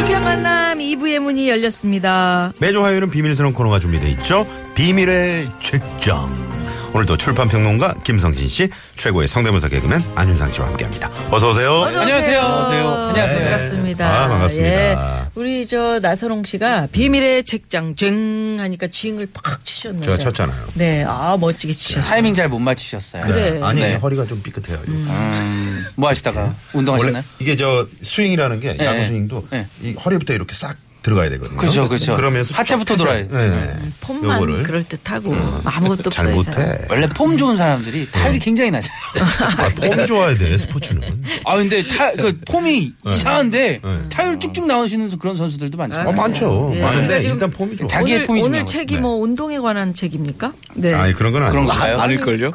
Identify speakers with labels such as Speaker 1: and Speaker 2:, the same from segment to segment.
Speaker 1: 유쾌한 만남 2부의 문이 열렸습니다.
Speaker 2: 매주 화요일은 비밀스러운 코너가 준비되어 있죠. 비밀의 책장. 오늘도 출판평론가 김성진 씨, 최고의 성대모사 개그맨 안윤상 씨와 함께합니다. 어서 오세요.
Speaker 1: 안녕하세요. 안녕하세요.
Speaker 2: 네.
Speaker 1: 반갑습니다. 예.
Speaker 2: 아, 반갑습니다.
Speaker 1: 우리 저 나선홍 씨가 비밀의 책장 쨍 하니까 징을 팍 치셨는데.
Speaker 2: 제가 쳤잖아요.
Speaker 1: 네, 아 멋지게 치셨어요.
Speaker 3: 타이밍 잘 못 맞추셨어요.
Speaker 1: 그래.
Speaker 2: 아니
Speaker 3: 네.
Speaker 2: 허리가 좀 삐끗해요. 이거.
Speaker 3: 음, 뭐 하시다가
Speaker 2: 원래
Speaker 3: 운동하셨나요?
Speaker 2: 이게 저 스윙이라는 게
Speaker 3: 네.
Speaker 2: 야구 스윙도
Speaker 3: 네.
Speaker 2: 이 허리부터 이렇게 싹 들어가야 되거든요. 네.
Speaker 3: 그죠, 그죠.
Speaker 2: 그러면서
Speaker 3: 하체부터
Speaker 2: 쫙
Speaker 3: 돌아야
Speaker 2: 펴져- 네.
Speaker 1: 폼만
Speaker 2: 요거를 음.
Speaker 1: 그럴 듯하고 아무것도
Speaker 2: 잘
Speaker 1: 없어요. 이
Speaker 3: 네,
Speaker 1: 사람.
Speaker 2: 못해.
Speaker 3: 원래 폼 좋은 사람들이 타율이 굉장히 낮아요.
Speaker 2: 아, 폼 좋아야 돼 스포츠는.
Speaker 3: 아 근데 타, 그 폼이 이상한데
Speaker 2: 네.
Speaker 3: 타율 쭉쭉 나오시는 그런 선수들도 많잖아요.
Speaker 2: 아, 많죠.
Speaker 3: 네.
Speaker 1: 예.
Speaker 2: 많은데
Speaker 1: 그러니까 지금
Speaker 2: 일단 폼이 좋아.
Speaker 3: 자기의
Speaker 1: 오늘,
Speaker 3: 폼이
Speaker 1: 오늘
Speaker 3: 중요하거든요.
Speaker 1: 책이 뭐 운동에 관한 책입니까? 네.
Speaker 2: 네. 아니 그런 건 아니고.
Speaker 3: 그런 거요?
Speaker 1: 아닐걸요?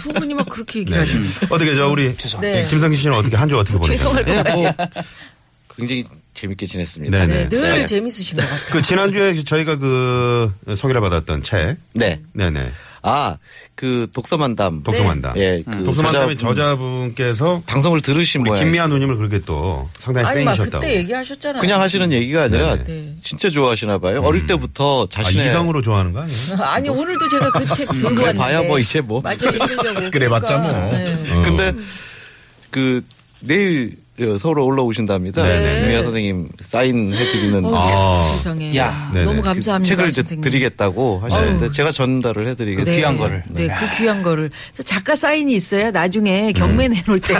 Speaker 1: 두 분이 막 그렇게
Speaker 2: 네.
Speaker 1: 얘기하시는.
Speaker 2: 어떻게 저 우리
Speaker 1: 네.
Speaker 2: 김성기 씨는 어떻게 한 주 어떻게
Speaker 1: 죄송할
Speaker 2: 보내셨어요?
Speaker 1: 것 같아요.
Speaker 4: 네, 뭐 굉장히 재밌게 지냈습니다.
Speaker 1: 네,
Speaker 2: 네네.
Speaker 1: 늘
Speaker 4: 네.
Speaker 1: 재밌으신 것 같아요.
Speaker 2: 그 지난주에 저희가 그 소개를 받았던 책.
Speaker 4: 네.
Speaker 2: 네네.
Speaker 4: 아, 그 독서만담.
Speaker 2: 독서만담. 음.
Speaker 4: 예, 그 네.
Speaker 2: 독서만담의
Speaker 4: 저자-
Speaker 2: 저자분께서
Speaker 4: 방송을 들으신
Speaker 2: 우리
Speaker 4: 거예요.
Speaker 2: 김미아 누님을 그렇게 또 상당히
Speaker 1: 아니 막
Speaker 2: 네, 팬이셨다고.
Speaker 1: 그때 얘기하셨잖아요.
Speaker 4: 그냥 하시는 얘기가 아니라
Speaker 2: 네, 음.
Speaker 1: 네.
Speaker 4: 진짜 좋아하시나 봐요. 어릴 때부터
Speaker 2: 아,
Speaker 4: 자신의
Speaker 2: 이성으로 좋아하는 거 아니에요?
Speaker 1: 아니 오늘도 제가 그
Speaker 3: 음,
Speaker 1: 책 들고
Speaker 4: 그래
Speaker 1: 왔는데
Speaker 4: 봐야 뭐 이제 뭐.
Speaker 1: 맞아 읽으려고 그러니까.
Speaker 4: 그래 봤자 뭐.
Speaker 1: 네.
Speaker 4: 근데
Speaker 2: 음.
Speaker 4: 그 내일 어, 서울에 올라오신답니다.
Speaker 2: 네네.
Speaker 4: 김미아 선생님 사인 해드리는
Speaker 1: 어우, 예.
Speaker 2: 아.
Speaker 1: 세상에
Speaker 3: 야.
Speaker 2: 네네.
Speaker 1: 너무
Speaker 2: 그
Speaker 1: 감사합니다.
Speaker 4: 책을 이제
Speaker 1: 선생님.
Speaker 4: 드리겠다고 하시는데
Speaker 1: 어우.
Speaker 4: 제가 전달을 해드리겠습니다.
Speaker 3: 그 귀한 거를.
Speaker 1: 네, 그 귀한 거를. 그래서 작가 사인이 있어야 나중에 경매 내놓을 때.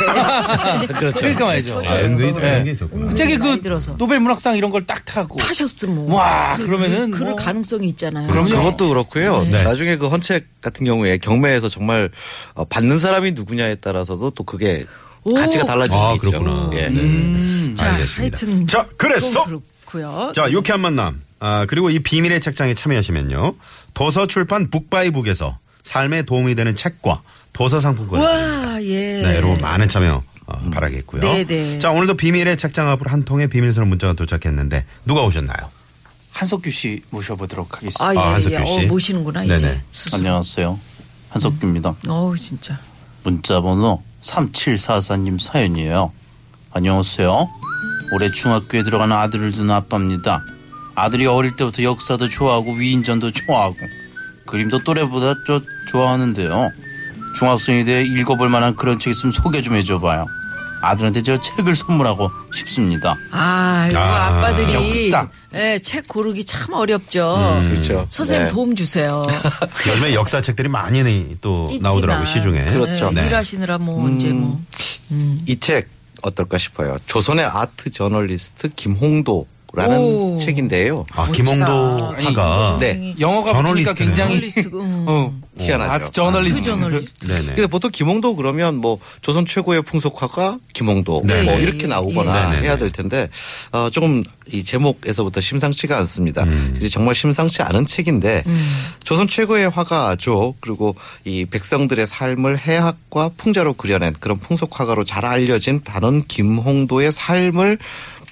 Speaker 3: 그렇죠. 그러니까 말이죠.
Speaker 4: 네.
Speaker 2: 아, 엔드이 들어가는 게 있었구나.
Speaker 4: 음.
Speaker 3: 갑자기
Speaker 1: 많이
Speaker 3: 그
Speaker 1: 들어서.
Speaker 3: 노벨 문학상 이런 걸 딱 타고
Speaker 1: 하셨어 뭐.
Speaker 3: 와,
Speaker 1: 그-
Speaker 3: 그러면은
Speaker 1: 그, 그럴
Speaker 3: 뭐.
Speaker 1: 가능성이 있잖아요.
Speaker 4: 그럼 그것도 그렇고요.
Speaker 2: 네.
Speaker 4: 나중에 그 헌책 같은 경우에 경매에서 정말 어, 받는 사람이 누구냐에 따라서도 또 그게
Speaker 1: 오.
Speaker 4: 가치가 달라질
Speaker 2: 아,
Speaker 4: 수 있죠.
Speaker 2: 그렇구나.
Speaker 4: 예.
Speaker 2: 네.
Speaker 1: 자,
Speaker 2: 알겠습니다.
Speaker 1: 하여튼
Speaker 2: 자, 그래서!
Speaker 1: 좀 그렇고요.
Speaker 2: 자, 유쾌한 만남. 아, 그리고 이 비밀의 책장에 참여하시면요. 도서출판 북바이북에서 삶에 도움이 되는 책과 도서 상품권.
Speaker 1: 와, 예.
Speaker 2: 네, 여러분 많은 참여 어, 바라겠고요.
Speaker 1: 네네.
Speaker 2: 자, 오늘도 비밀의 책장 앞으로 한 통의 비밀스러운 문자가 도착했는데 누가 오셨나요?
Speaker 3: 한석규 씨 모셔보도록 하겠습니다.
Speaker 1: 아, 예,
Speaker 2: 한석규
Speaker 1: 예.
Speaker 2: 씨.
Speaker 1: 어, 모시는구나, 이제.
Speaker 2: 네네.
Speaker 1: 스스로.
Speaker 3: 안녕하세요. 한석규입니다.
Speaker 1: 어우, 진짜.
Speaker 3: 문자번호 3744님 사연이에요. 안녕하세요. 올해 중학교에 들어가는 아들을 둔 아빠입니다. 아들이 어릴 때부터 역사도 좋아하고 위인전도 좋아하고 그림도 또래보다 더 좋아하는데요. 중학생이 돼 읽어볼 만한 그런 책 있으면 소개 좀 해줘봐요. 아들한테 저 책을 선물하고 싶습니다.
Speaker 1: 아, 이거
Speaker 2: 아,
Speaker 1: 아, 빠들이
Speaker 3: 역사.
Speaker 1: 예, 책 고르기 참 어렵죠.
Speaker 4: 그렇죠.
Speaker 1: 선생님
Speaker 4: 네.
Speaker 1: 도움 주세요.
Speaker 2: 요즘에 역사책들이 많이 또
Speaker 1: 있지만.
Speaker 2: 나오더라고 시중에.
Speaker 4: 그렇죠. 음.
Speaker 1: 네,
Speaker 2: 네.
Speaker 1: 일하시느라 뭐 언제 뭐.
Speaker 4: 이 책 어떨까 싶어요. 조선의 아트 저널리스트 김홍도라는
Speaker 1: 오.
Speaker 4: 책인데요.
Speaker 2: 아, 김홍도
Speaker 3: 아니,
Speaker 2: 화가
Speaker 4: 네. 어.
Speaker 3: 영어가 어,
Speaker 2: 저널리스트네요. 붙으니까 굉장히
Speaker 1: 저널리스트고. 음.
Speaker 3: 아,
Speaker 4: 희한하죠.
Speaker 1: 그 저널리스트.
Speaker 2: 네네.
Speaker 4: 근데 보통 김홍도 그러면 뭐 조선 최고의 풍속화가 김홍도
Speaker 2: 네.
Speaker 4: 뭐
Speaker 1: 네.
Speaker 4: 이렇게 나오거나
Speaker 2: 네, 네,
Speaker 4: 해야
Speaker 2: 네.
Speaker 4: 될 텐데 어, 조금 이 제목에서부터 심상치가 않습니다.
Speaker 2: 음.
Speaker 4: 이제 정말 심상치 않은 책인데 조선 최고의 화가죠. 그리고 이 백성들의 삶을 해학과 풍자로 그려낸 그런 풍속화가로 잘 알려진 단원 김홍도의 삶을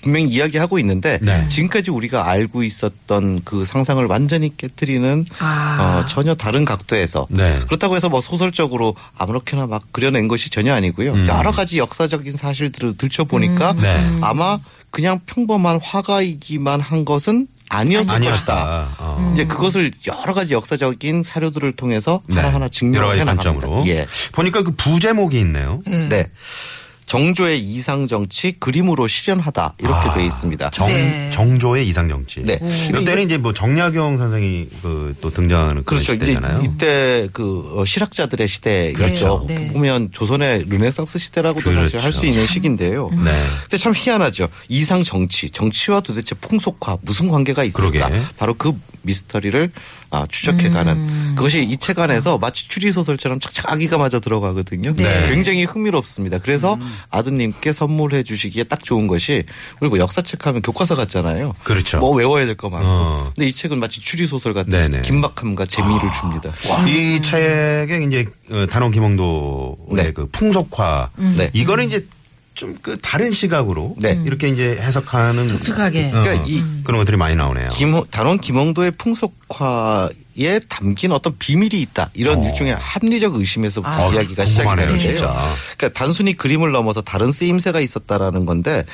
Speaker 4: 분명히 이야기하고 있는데
Speaker 2: 네.
Speaker 4: 지금까지 우리가 알고 있었던 그 상상을 완전히 깨뜨리는
Speaker 1: 아.
Speaker 4: 어, 전혀 다른 각도에서
Speaker 2: 네.
Speaker 4: 그렇다고 해서 뭐 소설적으로 아무렇게나 막 그려낸 것이 전혀 아니고요. 여러 가지 역사적인 사실들을 들춰보니까
Speaker 2: 음. 네.
Speaker 4: 아마 그냥 평범한 화가이기만 한 것은 아니었을 것이다.
Speaker 2: 아니었다. 어.
Speaker 4: 이제 그것을 여러 가지 역사적인 사료들을 통해서
Speaker 2: 네.
Speaker 4: 하나하나
Speaker 2: 여러
Speaker 4: 증명해
Speaker 2: 가지
Speaker 4: 나갑니다.
Speaker 2: 관점으로.
Speaker 4: 예.
Speaker 2: 보니까 그 부제목이 있네요.
Speaker 4: 네. 정조의 이상 정치 그림으로 실현하다 이렇게
Speaker 2: 아,
Speaker 4: 돼 있습니다.
Speaker 2: 정,
Speaker 1: 네.
Speaker 2: 정조의 이상 정치.
Speaker 4: 네.
Speaker 2: 이때는 이제 뭐 정약용 선생이 그 또 등장하는 그런
Speaker 4: 그렇죠. 이제
Speaker 2: 시대잖아요.
Speaker 4: 이때 그 어, 실학자들의 시대였죠.
Speaker 2: 그렇죠.
Speaker 4: 어떻게
Speaker 1: 네.
Speaker 4: 보면 조선의 르네상스 시대라고도 사실
Speaker 2: 그렇죠.
Speaker 4: 할 수 있는 시기인데요.
Speaker 2: 네.
Speaker 4: 근데 참 희한하죠. 이상 정치, 정치와 도대체 풍속화 무슨 관계가 있을까?
Speaker 2: 그러게.
Speaker 4: 바로 그 미스터리를 아, 추적해가는
Speaker 1: 음.
Speaker 4: 그것이 이 책 안에서 마치 추리 소설처럼 착착 아기가 맞아 들어가거든요.
Speaker 1: 네. 음.
Speaker 4: 굉장히 흥미롭습니다. 그래서 아드님께 선물해 주시기에 딱 좋은 것이 그리고 역사책 하면 교과서 같잖아요.
Speaker 2: 그렇죠.
Speaker 4: 뭐 외워야 될 거 많고.
Speaker 2: 어.
Speaker 4: 근데 이 책은 마치 추리 소설 같은
Speaker 2: 네네.
Speaker 4: 긴박함과 재미를 줍니다.
Speaker 2: 이 책에 이제 어, 단원 김홍도의
Speaker 4: 네.
Speaker 2: 그 풍속화
Speaker 3: 음.
Speaker 4: 네.
Speaker 2: 이거는 이제 좀 그 다른 시각으로
Speaker 4: 네.
Speaker 2: 이렇게 이제 해석하는
Speaker 1: 독특하게.
Speaker 2: 어,
Speaker 4: 그러니까 이
Speaker 2: 그런 것들이 많이 나오네요.
Speaker 4: 김, 단원 김홍도의 풍속화에 담긴 어떤 비밀이 있다. 이런 일종의 합리적 의심에서부터
Speaker 2: 어. 아,
Speaker 4: 이야기가 시작이
Speaker 2: 궁금하네요,
Speaker 4: 되는데요.
Speaker 2: 진짜.
Speaker 4: 그러니까 단순히 그림을 넘어서 다른 쓰임새가 있었다라는 건데,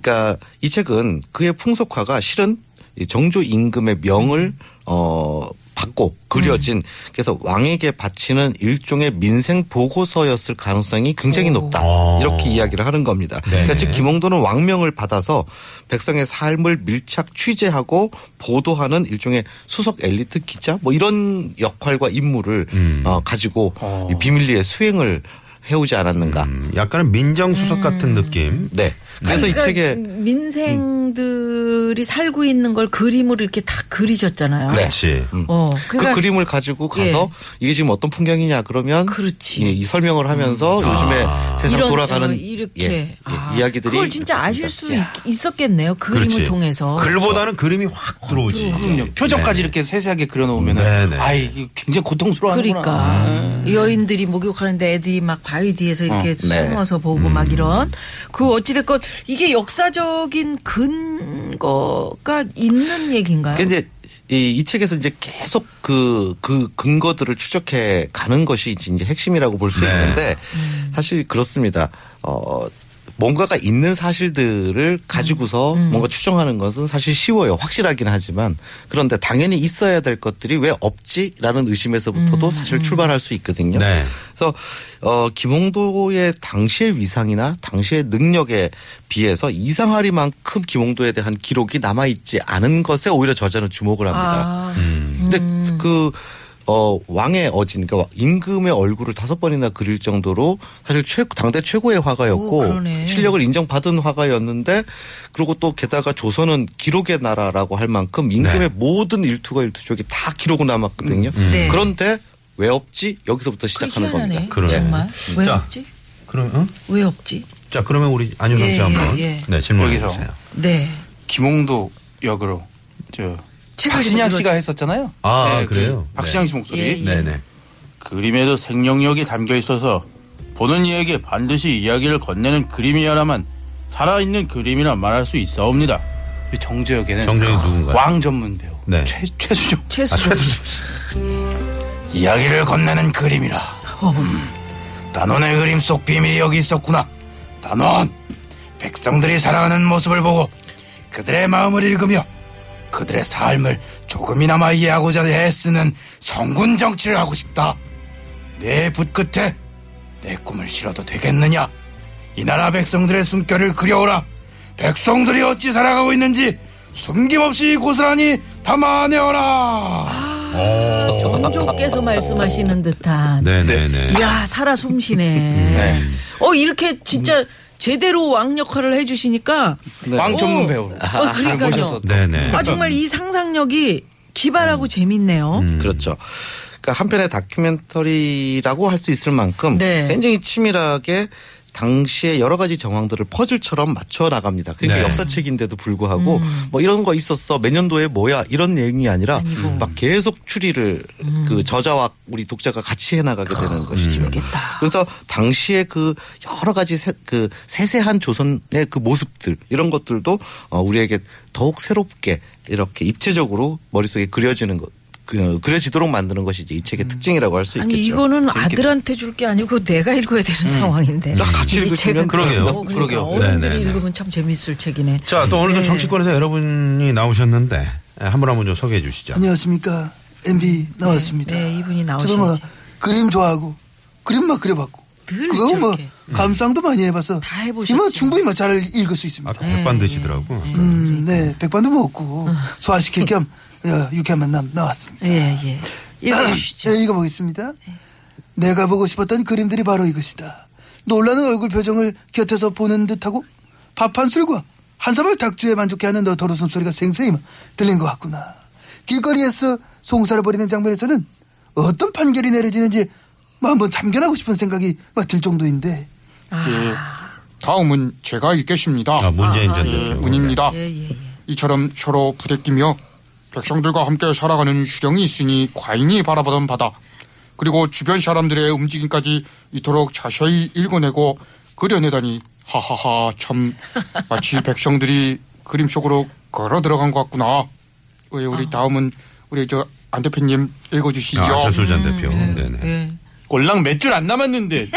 Speaker 4: 그러니까 이 책은 그의 풍속화가 실은 이 정조 임금의 명을 어 받고
Speaker 2: 음.
Speaker 4: 그려진 그래서 왕에게 바치는 일종의 민생 보고서였을 가능성이 굉장히 높다
Speaker 2: 오. 아.
Speaker 4: 이렇게 이야기를 하는 겁니다. 그러니까
Speaker 2: 네네.
Speaker 4: 즉 김홍도는 왕명을 받아서 백성의 삶을 밀착 취재하고 보도하는 일종의 수석 엘리트 기자 뭐 이런 역할과 임무를
Speaker 2: 음.
Speaker 4: 어, 가지고 이 비밀리에 수행을 해오지 않았는가.
Speaker 2: 음, 약간은
Speaker 1: 음.
Speaker 2: 민정수석 같은 느낌.
Speaker 4: 네. 그래서
Speaker 1: 그러니까
Speaker 4: 이 책에
Speaker 1: 민생들이 살고 있는 걸 그림으로 이렇게 다
Speaker 3: 네.
Speaker 1: 그리셨잖아요.
Speaker 2: 그렇지.
Speaker 3: 음.
Speaker 1: 어,
Speaker 4: 그
Speaker 1: 그러니까
Speaker 4: 그림을 가지고 가서
Speaker 1: 예.
Speaker 4: 이게 지금 어떤 풍경이냐 그러면
Speaker 1: 그렇지.
Speaker 4: 예, 이 설명을 하면서 요즘에
Speaker 2: 아.
Speaker 4: 세상
Speaker 1: 이런,
Speaker 4: 돌아가는
Speaker 1: 어, 이렇게
Speaker 4: 예, 예,
Speaker 1: 아,
Speaker 4: 이야기들이
Speaker 1: 그걸 진짜 아실 수 있, 있었겠네요. 그림을
Speaker 2: 그렇지.
Speaker 1: 통해서.
Speaker 2: 글보다는 그림이확 들어오지.
Speaker 3: 아, 그럼요. 표정까지
Speaker 2: 네.
Speaker 3: 이렇게 세세하게 그려놓으면
Speaker 2: 네, 네.
Speaker 3: 은 아이 이게 굉장히 고통스러워하는구나.
Speaker 1: 그러니까 여인들이 목욕하는데 애들이 막 바위 뒤에서 이렇게 숨어서 보고 막 이런 그 어찌됐건 이게 역사적인 근거가 있는 얘기인가요?
Speaker 4: 그러니까 이제 이, 이 책에서 이제 계속 그, 그 근거들을 추적해 가는 것이 이제 핵심이라고 볼 수
Speaker 2: 네.
Speaker 4: 있는데
Speaker 1: 음.
Speaker 4: 사실 그렇습니다. 어, 뭔가가 있는 사실들을 가지고서
Speaker 1: 음.
Speaker 4: 뭔가 추정하는 것은 사실 쉬워요. 확실하긴 하지만 그런데 당연히 있어야 될 것들이 왜 없지라는
Speaker 1: 음.
Speaker 4: 의심에서부터도 사실 출발할 수 있거든요.
Speaker 2: 네.
Speaker 4: 그래서 어, 김홍도의 당시의 위상이나 당시의 능력에 비해서 이상하리만큼 김홍도에 대한 기록이 남아 있지 않은 것에 오히려 저자는 주목을 합니다.
Speaker 1: 아,
Speaker 4: 근데 그 어, 왕의 어진, 그러니까 임금의 얼굴을 다섯 번이나 그릴 정도로 사실 최, 당대 최고의
Speaker 1: 오,
Speaker 4: 화가였고
Speaker 1: 그러네.
Speaker 4: 실력을 인정받은 화가였는데 그리고 또 게다가 조선은 기록의 나라라고 할 만큼 임금의 모든 일투가 일투족이 다 기록으로 남았거든요.
Speaker 1: 네.
Speaker 4: 그런데 왜 없지?
Speaker 1: 그게
Speaker 4: 여기서부터 시작하는 겁니다.
Speaker 1: 희한하네.
Speaker 2: 그러네.
Speaker 1: 정말 왜
Speaker 2: 자.
Speaker 1: 없지?
Speaker 2: 그럼 응?
Speaker 1: 왜 없지?
Speaker 2: 자 그러면 우리 안윤상 씨
Speaker 1: 예,
Speaker 2: 한번
Speaker 1: 예, 예.
Speaker 2: 네 질문해
Speaker 3: 여기서.
Speaker 2: 주세요.
Speaker 1: 네.
Speaker 3: 김홍도 역으로 저
Speaker 1: 책을
Speaker 3: 박신양
Speaker 1: 좀
Speaker 3: 씨가 했었잖아요.
Speaker 2: 그렇죠. 아,
Speaker 3: 그
Speaker 2: 그래요?
Speaker 3: 박신양
Speaker 2: 네.
Speaker 3: 씨 목소리.
Speaker 1: 예, 예.
Speaker 2: 네네.
Speaker 3: 그림에도 생명력이 담겨 있어서 보는 이에게 반드시 이야기를 건네는 그림이어야만 살아있는 그림이라 말할 수 있사옵니다. 이 정재혁에는
Speaker 2: 정재혁이 누군가요?
Speaker 3: 왕 전문 배우
Speaker 2: 네.
Speaker 3: 최, 아, 최수종
Speaker 2: 아,
Speaker 1: 최수.
Speaker 3: 이야기를 건네는 그림이라. 음. 단원의 그림 속 비밀이 여기 있었구나. 단원, 백성들이 살아가는 모습을 보고 그들의 마음을 읽으며 그들의 삶을 조금이나마 이해하고자 애쓰는 성군 정치를 하고 싶다. 내 붓끝에 내 꿈을 실어도 되겠느냐? 이 나라 백성들의 숨결을 그려오라. 백성들이 어찌 살아가고 있는지 숨김없이 고스란히 담아내어라.
Speaker 1: 정조께서 말씀하시는 듯한.
Speaker 2: 네네네.
Speaker 1: 이야 살아 숨쉬네. 어 이렇게 진짜 제대로 왕 역할을 해주시니까
Speaker 3: 왕 전문
Speaker 1: 어,
Speaker 3: 배우. 아,
Speaker 1: 어, 그러니까요.
Speaker 2: 네네.
Speaker 1: 아 정말 이 상상력이 기발하고 재밌네요.
Speaker 4: 그렇죠. 그러니까 한편의 다큐멘터리라고 할 수 있을 만큼
Speaker 1: 네.
Speaker 4: 굉장히 치밀하게 당시의 여러 가지 정황들을 퍼즐처럼 맞춰 나갑니다. 그러니까
Speaker 2: 네.
Speaker 4: 역사책인데도 불구하고 뭐 이런 거 있었어. 몇 년도에 뭐야. 이런 얘기 아니라 막 계속 추리를 그 저자와 우리 독자가 같이 해 나가게 되는
Speaker 1: 음.
Speaker 4: 것이죠.
Speaker 1: 재밌겠다.
Speaker 4: 그래서 당시에 그 여러 가지 세, 그 세세한 조선의 그 모습들 이런 것들도 어, 우리에게 더욱 새롭게 이렇게 입체적으로 머릿속에 그려지는 것 그, 그려지도록 만드는 것이 이제 이 책의 특징이라고 할 수 있겠죠.
Speaker 1: 음. 아니 이거는
Speaker 4: 재밌겠다.
Speaker 1: 아들한테 줄 게 아니고 그거 내가 읽어야 되는 상황인데.
Speaker 4: 아, 같이
Speaker 1: 이
Speaker 4: 읽으시면
Speaker 1: 책은
Speaker 2: 그러게요.
Speaker 1: 어, 그러니까
Speaker 3: 그러게요.
Speaker 1: 어른들이
Speaker 2: 네네네.
Speaker 1: 읽으면 참 재밌을 책이네.
Speaker 2: 자또 오늘도 정치권에서 여러분이 나오셨는데 예, 한 분 한 분 좀 소개해 주시죠.
Speaker 5: 안녕하십니까. MB 나왔습니다.
Speaker 1: 네, 네, 이분이
Speaker 5: 저도 뭐
Speaker 1: 나오셨지.
Speaker 5: 그림 좋아하고 그림만 그려봤고.
Speaker 1: 늘
Speaker 5: 그거 뭐
Speaker 1: 저렇게.
Speaker 5: 감상도 많이 해봐서
Speaker 1: 다 뭐. 해보셨죠.
Speaker 5: 이만 충분히 막잘 읽을 수 있습니다.
Speaker 2: 아까
Speaker 1: 그러니까. 네.
Speaker 2: 백반 드시더라고.
Speaker 5: 음, 네, 백반도 먹고 소화시킬 겸 어, 유쾌한 만남 나왔습니다.
Speaker 1: 예, 예. 읽어주시죠.
Speaker 5: 네, 읽어보겠습니다. 내가 보고 싶었던 그림들이 바로 이것이다. 놀라는 얼굴 표정을 곁에서 보는 듯하고 밥 한 술과 한 사발 닭주에 만족해하는 너털 웃음소리가 생생히 들린 것 같구나. 길거리에서 송사를 벌이는 장면에서는 어떤 판결이 내려지는지 뭐 한번 참견하고 싶은 생각이 막 들 정도인데
Speaker 6: 다음은 제가 읽겠습니다.
Speaker 2: 아, 문재인
Speaker 1: 네.
Speaker 2: 전
Speaker 6: 예,
Speaker 2: 대표. 네.
Speaker 6: 운입니다.
Speaker 1: 예, 예, 예.
Speaker 6: 이처럼 서로 부대끼며 백성들과 함께 살아가는 수령이 있으니 과인이 바라보던 바다 그리고 주변 사람들의 움직임까지 이토록 자세히 읽어내고 그려내다니 하하하 참 마치 백성들이 그림 속으로 걸어 들어간 것 같구나. 예,
Speaker 1: 아.
Speaker 6: 우리 다음은 우리 저 안 대표님 읽어주시죠.
Speaker 2: 아, 전술 전 대표. 네네.
Speaker 1: 예.
Speaker 3: 꼴랑 몇 줄 안 남았는데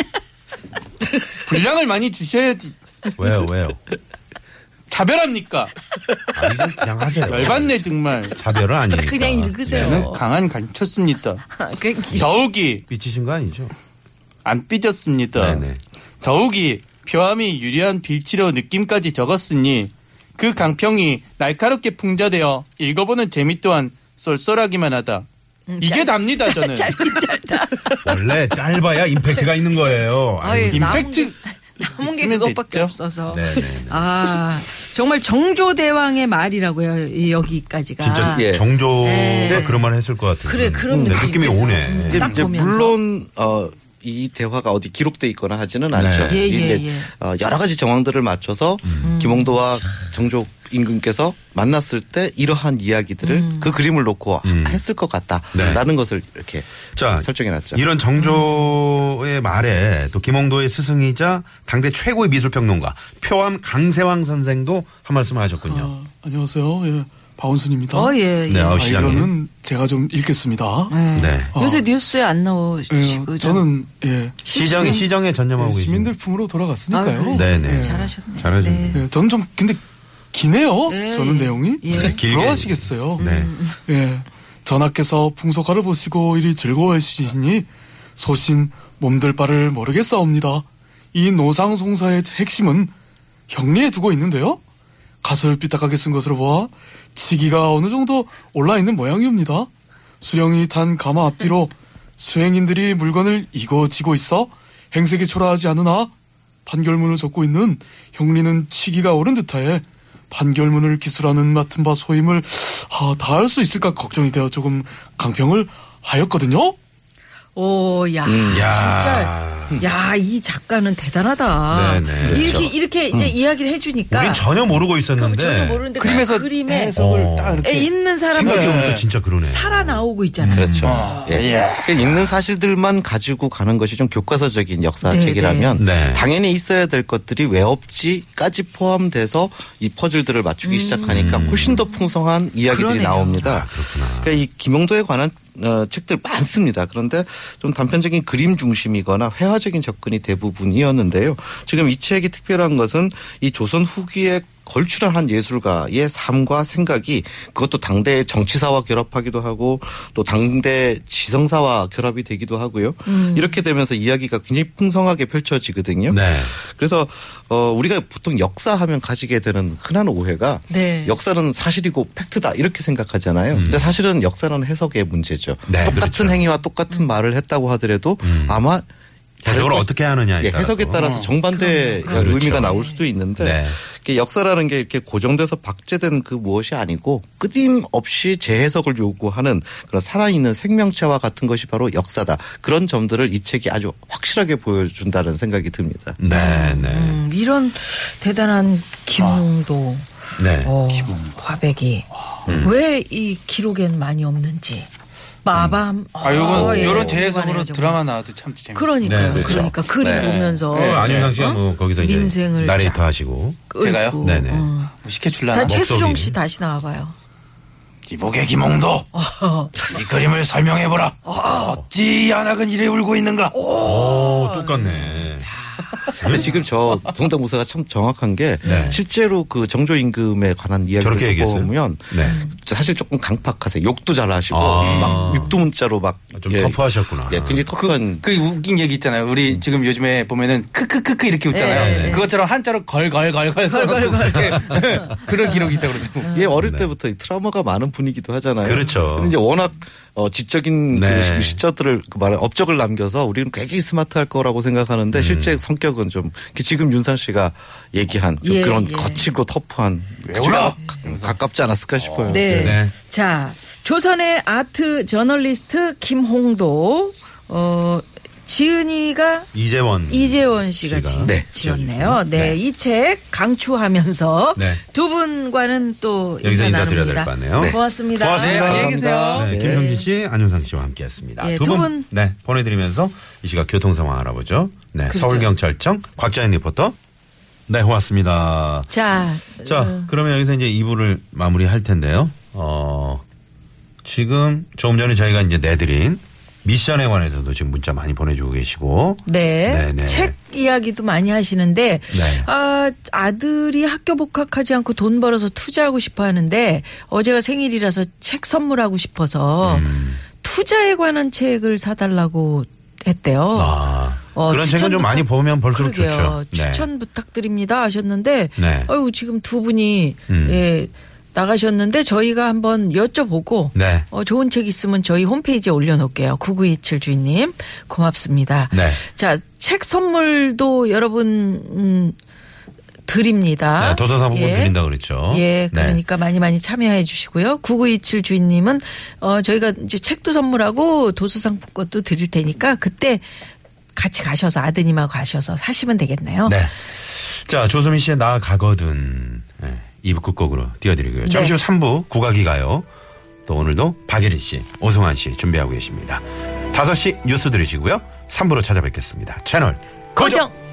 Speaker 3: 분량을 많이 주셔야지
Speaker 2: 왜요, 왜요?
Speaker 3: 차별합니까?
Speaker 2: 아, 이건 그냥 하세요.
Speaker 3: 열받네 정말.
Speaker 2: 차별은 아니니까.
Speaker 1: 그냥
Speaker 2: 네.
Speaker 1: 읽으세요.
Speaker 3: 강한 간첩습니다.
Speaker 1: 그,
Speaker 3: 그러니까 더욱이
Speaker 2: 삐치신 거 아니죠?
Speaker 3: 안 삐졌습니다.
Speaker 2: 네네.
Speaker 3: 더욱이 표함이 유리한 빌치로 느낌까지 적었으니 그 강평이 날카롭게 풍자되어 읽어보는 재미 또한 쏠쏠하기만 하다.
Speaker 1: 음,
Speaker 3: 이게 답니다 저는.
Speaker 1: 짧긴 짧다.
Speaker 2: 원래 짧아야 임팩트가 있는 거예요.
Speaker 1: 아, 예,
Speaker 3: 임팩트
Speaker 1: 남은 게
Speaker 3: 있으면
Speaker 1: 그것밖에
Speaker 3: 됐죠.
Speaker 1: 없어서.
Speaker 2: 네네.
Speaker 1: 아, 정말 정조대왕의 말이라고요, 이- 여기까지가.
Speaker 2: 진짜
Speaker 4: 예.
Speaker 2: 정조가
Speaker 1: 아. 네.
Speaker 2: 그런 말을 했을 것 같아요.
Speaker 1: 그래, 그런
Speaker 2: 네,
Speaker 1: 느낌이 음.
Speaker 2: 느낌이 오네.
Speaker 1: 딱
Speaker 4: 이제
Speaker 1: 보면서.
Speaker 4: 물론 어, 이 대화가 어디 기록돼 있거나 하지는 않죠.
Speaker 1: 예, 예,
Speaker 4: 이게
Speaker 1: 예. 음.
Speaker 4: 어, 여러 가지 정황들을 맞춰서 김홍도와 정조 임금께서 만났을 때 이러한 이야기들을
Speaker 1: 음.
Speaker 4: 그 그림을 놓고 했을 것 같다라는 것을 이렇게
Speaker 2: 음. 네. 자,
Speaker 4: 설정해놨죠.
Speaker 2: 이런 정조의 말에 또 김홍도의 스승이자 당대 최고의 미술평론가 표암 강세왕 선생도 한 말씀을 하셨군요.
Speaker 1: 아,
Speaker 6: 안녕하세요. 예, 바운순입니다.
Speaker 1: 어, 예, 예.
Speaker 2: 네, 어, 시장님.
Speaker 6: 제가 좀 읽겠습니다.
Speaker 1: 예.
Speaker 2: 네.
Speaker 1: 요새 뉴스에 안 나오시고.
Speaker 6: 예, 저는 예,
Speaker 2: 시정에 시정에 전념하고
Speaker 6: 예,
Speaker 2: 계신.
Speaker 6: 시민들품으로
Speaker 1: 아,
Speaker 6: 돌아갔으니까요.
Speaker 1: 그래요?
Speaker 2: 네네.
Speaker 1: 잘하셨네.
Speaker 2: 잘하셨네.
Speaker 6: 예, 저는 좀 근데 기네요.
Speaker 1: 예,
Speaker 6: 저는
Speaker 1: 예.
Speaker 6: 내용이
Speaker 1: 예.
Speaker 2: 네, 길게.
Speaker 6: 부러워하시겠어요.
Speaker 2: 네.
Speaker 6: 예, 전하께서 풍속화를 보시고 이리 즐거워하시니 소신 몸들 바를 모르겠사옵니다. 이 노상송사의 핵심은 형리에 두고 있는데요. 갓을 삐딱하게 쓴 것으로 보아 치기가 어느 정도 올라 있는 모양이옵니다. 수령이 탄 가마 앞뒤로 수행인들이 물건을 이고 지고 있어 행색이 초라하지 않으나 판결문을 적고 있는 형리는 치기가 오른 듯하에 판결문을 기술하는 맡은 바 소임을 아, 다 할 수 있을까 걱정이 되어 조금 강평을 하였거든요.
Speaker 1: 오, 야,
Speaker 2: 음, 야.
Speaker 1: 진짜. 야, 이 작가는 대단하다.
Speaker 2: 네네. 그렇죠. 음.
Speaker 1: 이렇게, 이렇게 이제 이야기를 해주니까.
Speaker 2: 우린 전혀 모르고 있었는데.
Speaker 1: 그러니까 전혀 모르는데
Speaker 3: 그림에서 네,
Speaker 1: 그 그림에
Speaker 2: 어.
Speaker 1: 에 있는
Speaker 2: 생각해보니까
Speaker 1: 사람이
Speaker 2: 진짜 그러네.
Speaker 1: 살아나오고 있잖아요.
Speaker 4: 그렇죠. 예.
Speaker 3: 예.
Speaker 4: 그러니까 있는 사실들만 가지고 가는 것이 좀 교과서적인 역사책이라면
Speaker 2: 네, 네. 네.
Speaker 4: 당연히 있어야 될 것들이 왜 없지까지 포함돼서 이 퍼즐들을 맞추기 시작하니까 훨씬 더 풍성한 이야기들이
Speaker 1: 음. 그러네요.
Speaker 4: 나옵니다. 그러니까 이 김용도에 관한 어, 책들 많습니다. 그런데 좀 단편적인 그림 중심이거나 회화적인 접근이 대부분이었는데요. 지금 이 책이 특별한 것은 이 조선 후기에 걸출한 한 예술가의 삶과 생각이 그것도 당대의 정치사와 결합하기도 하고 또 당대 지성사와 결합이 되기도 하고요. 이렇게 되면서 이야기가 굉장히 풍성하게 펼쳐지거든요.
Speaker 2: 네.
Speaker 4: 그래서 어 우리가 보통 역사하면 가지게 되는 흔한 오해가
Speaker 1: 네.
Speaker 4: 역사는 사실이고 팩트다 이렇게 생각하잖아요. 근데 사실은 역사는 해석의 문제죠.
Speaker 2: 음. 네,
Speaker 4: 똑같은
Speaker 2: 그렇죠. 음.
Speaker 4: 행위와 똑같은 말을 했다고 하더라도 아마
Speaker 2: 해석을 어떻게 하느냐에
Speaker 4: 예, 해석에
Speaker 2: 따라서.
Speaker 4: 따라서 정반대의
Speaker 2: 그럼요.
Speaker 4: 의미가
Speaker 2: 그렇죠.
Speaker 4: 나올 수도 있는데
Speaker 2: 네.
Speaker 4: 이게 역사라는 게 이렇게 고정돼서 박제된 그 무엇이 아니고 끊임없이 재해석을 요구하는 그런 살아있는 생명체와 같은 것이 바로 역사다. 그런 점들을 이 책이 아주 확실하게 보여준다는 생각이 듭니다.
Speaker 2: 네, 네.
Speaker 1: 음, 이런 대단한 김웅도
Speaker 2: 네.
Speaker 1: 어, 화백이
Speaker 3: 음.
Speaker 1: 왜 이 기록엔 많이 없는지 마밤
Speaker 3: 아, 요건
Speaker 1: 어, 예.
Speaker 3: 요런
Speaker 1: 오랜만에
Speaker 3: 재해석으로
Speaker 1: 정말.
Speaker 3: 드라마 아, 나와도 참 재밌어.
Speaker 1: 그러니까
Speaker 2: 네,
Speaker 1: 요
Speaker 2: 그렇죠.
Speaker 1: 그러니까 그림
Speaker 4: 네.
Speaker 1: 보면서
Speaker 2: 어, 안윤상 씨가 뭐 거기서 이제
Speaker 1: 민생을
Speaker 2: 나레이터
Speaker 1: 쫙
Speaker 2: 하시고.
Speaker 1: 끌고.
Speaker 3: 제가요?
Speaker 2: 네네.
Speaker 1: 어.
Speaker 3: 뭐
Speaker 6: 아,
Speaker 3: 시켜줄라나?
Speaker 1: 다 최수종
Speaker 2: 목소리는?
Speaker 1: 씨 다시 나와봐요.
Speaker 3: 이보게 김홍도 이 그림을 설명해보라 어찌 야낙은 이래 울고 있는가
Speaker 2: 오, 똑같네.
Speaker 4: 근데
Speaker 2: 음.
Speaker 4: 지금 저 동당 무사가 참 정확한 게 실제로 그 정조 임금에 관한
Speaker 2: 네. 저렇게
Speaker 4: 이야기를
Speaker 2: 얘기했어요?
Speaker 4: 보면
Speaker 2: 네.
Speaker 1: 음.
Speaker 4: 사실 조금 강팍하세요. 욕도 잘하시고
Speaker 2: 아.
Speaker 4: 막 육두문자로 막
Speaker 2: 좀 터프하셨구나.
Speaker 4: 예, 굉장히 터프한
Speaker 7: 그 웃긴 얘기 있잖아요. 우리 지금 요즘에 보면은 크크크크 이렇게 웃잖아요. 그것처럼 한자로 걸걸걸걸 써놓고 그렇게 그런 기록이 있다고 그러죠.
Speaker 4: 예, 어릴 때부터 이 트라우마가 많은 분이기도 하잖아요.
Speaker 2: 아, 네. 그렇죠.
Speaker 4: 근데 이제 워낙 어, 지적인
Speaker 2: 네.
Speaker 4: 그 시- 시자들을 그 말에 업적을 남겨서 우리는 굉장히 스마트할 거라고
Speaker 2: 음.
Speaker 4: 생각하는데 실제 성격은 좀 이렇게 지금 윤상 씨가 얘기한 좀
Speaker 1: 예,
Speaker 4: 그런
Speaker 1: 예.
Speaker 4: 거칠고 터프한 외우라 가깝지 않았을까 싶어요.
Speaker 1: 네.
Speaker 2: 네.
Speaker 1: 자, 조선의 아트 저널리스트 김홍도, 어, 지은이가
Speaker 2: 이재원.
Speaker 1: 이재원 씨가 지,
Speaker 4: 네,
Speaker 1: 지었네요.
Speaker 2: 지어주셨네요.
Speaker 1: 네,
Speaker 2: 네.
Speaker 1: 이 책 강추하면서
Speaker 2: 네.
Speaker 1: 두 분과는 또 인사
Speaker 2: 여기서 인사드려야
Speaker 1: 나눕니다.
Speaker 2: 될 것 같네요.
Speaker 1: 네. 고맙습니다.
Speaker 2: 고맙습니다.
Speaker 7: 네, 안녕히 계세요.
Speaker 2: 네, 김성진 씨, 안윤상 씨와 함께했습니다.
Speaker 1: 예,
Speaker 2: 두
Speaker 1: 두
Speaker 2: 분,
Speaker 1: 분.
Speaker 2: 네, 보내드리면서 이 시각 교통 상황 알아보죠. 네,
Speaker 1: 그렇죠.
Speaker 2: 서울경찰청 곽자연 리포터. 네, 고맙습니다.
Speaker 1: 자,
Speaker 2: 자,
Speaker 1: 네.
Speaker 2: 그러면 여기서 이제 2부를 마무리할 텐데요. 어, 지금 조금 전에 저희가 이제 내드린 미션에 관해서도 지금 문자 많이 보내주고 계시고.
Speaker 1: 네.
Speaker 2: 네, 네.
Speaker 1: 책 이야기도 많이 하시는데
Speaker 2: 네.
Speaker 1: 아, 아들이 학교 복학하지 않고 돈 벌어서 투자하고 싶어 하는데 어제가 생일이라서 책 선물하고 싶어서
Speaker 2: 음.
Speaker 1: 투자에 관한 책을 사달라고 했대요.
Speaker 2: 아,
Speaker 1: 어,
Speaker 2: 그런
Speaker 1: 추천
Speaker 2: 책은 좀
Speaker 1: 부탁-
Speaker 2: 많이 보면 볼수록
Speaker 1: 그러게요.
Speaker 2: 좋죠. 네.
Speaker 1: 추천 부탁드립니다 하셨는데
Speaker 2: 네.
Speaker 1: 어유 지금 두 분이
Speaker 2: 음.
Speaker 1: 예, 나가셨는데 저희가 한번 여쭤보고
Speaker 2: 네.
Speaker 1: 어, 좋은 책 있으면 저희 홈페이지에 올려놓을게요. 9927 주인님 고맙습니다.
Speaker 2: 네.
Speaker 1: 자, 책 선물도 여러분 음, 드립니다.
Speaker 2: 네, 도서사무권
Speaker 1: 예.
Speaker 2: 드린다 그랬죠.
Speaker 1: 예,
Speaker 2: 네.
Speaker 1: 그러니까 많이 많이 참여해 주시고요. 9927 주인님은 어 저희가 이제 책도 선물하고 도서상품권도 드릴 테니까 그때 같이 가셔서 아드님하고 가셔서 사시면 되겠네요.
Speaker 2: 네. 자, 조소민 씨의 나 가거든. 네, 2부 끝곡으로 띄워드리고요. 잠시 후 3부 국악이 가요. 또 오늘도 박예린 씨, 오승환 씨 준비하고 계십니다. 5시 뉴스 들으시고요. 3부로 찾아뵙겠습니다. 채널
Speaker 1: 고정.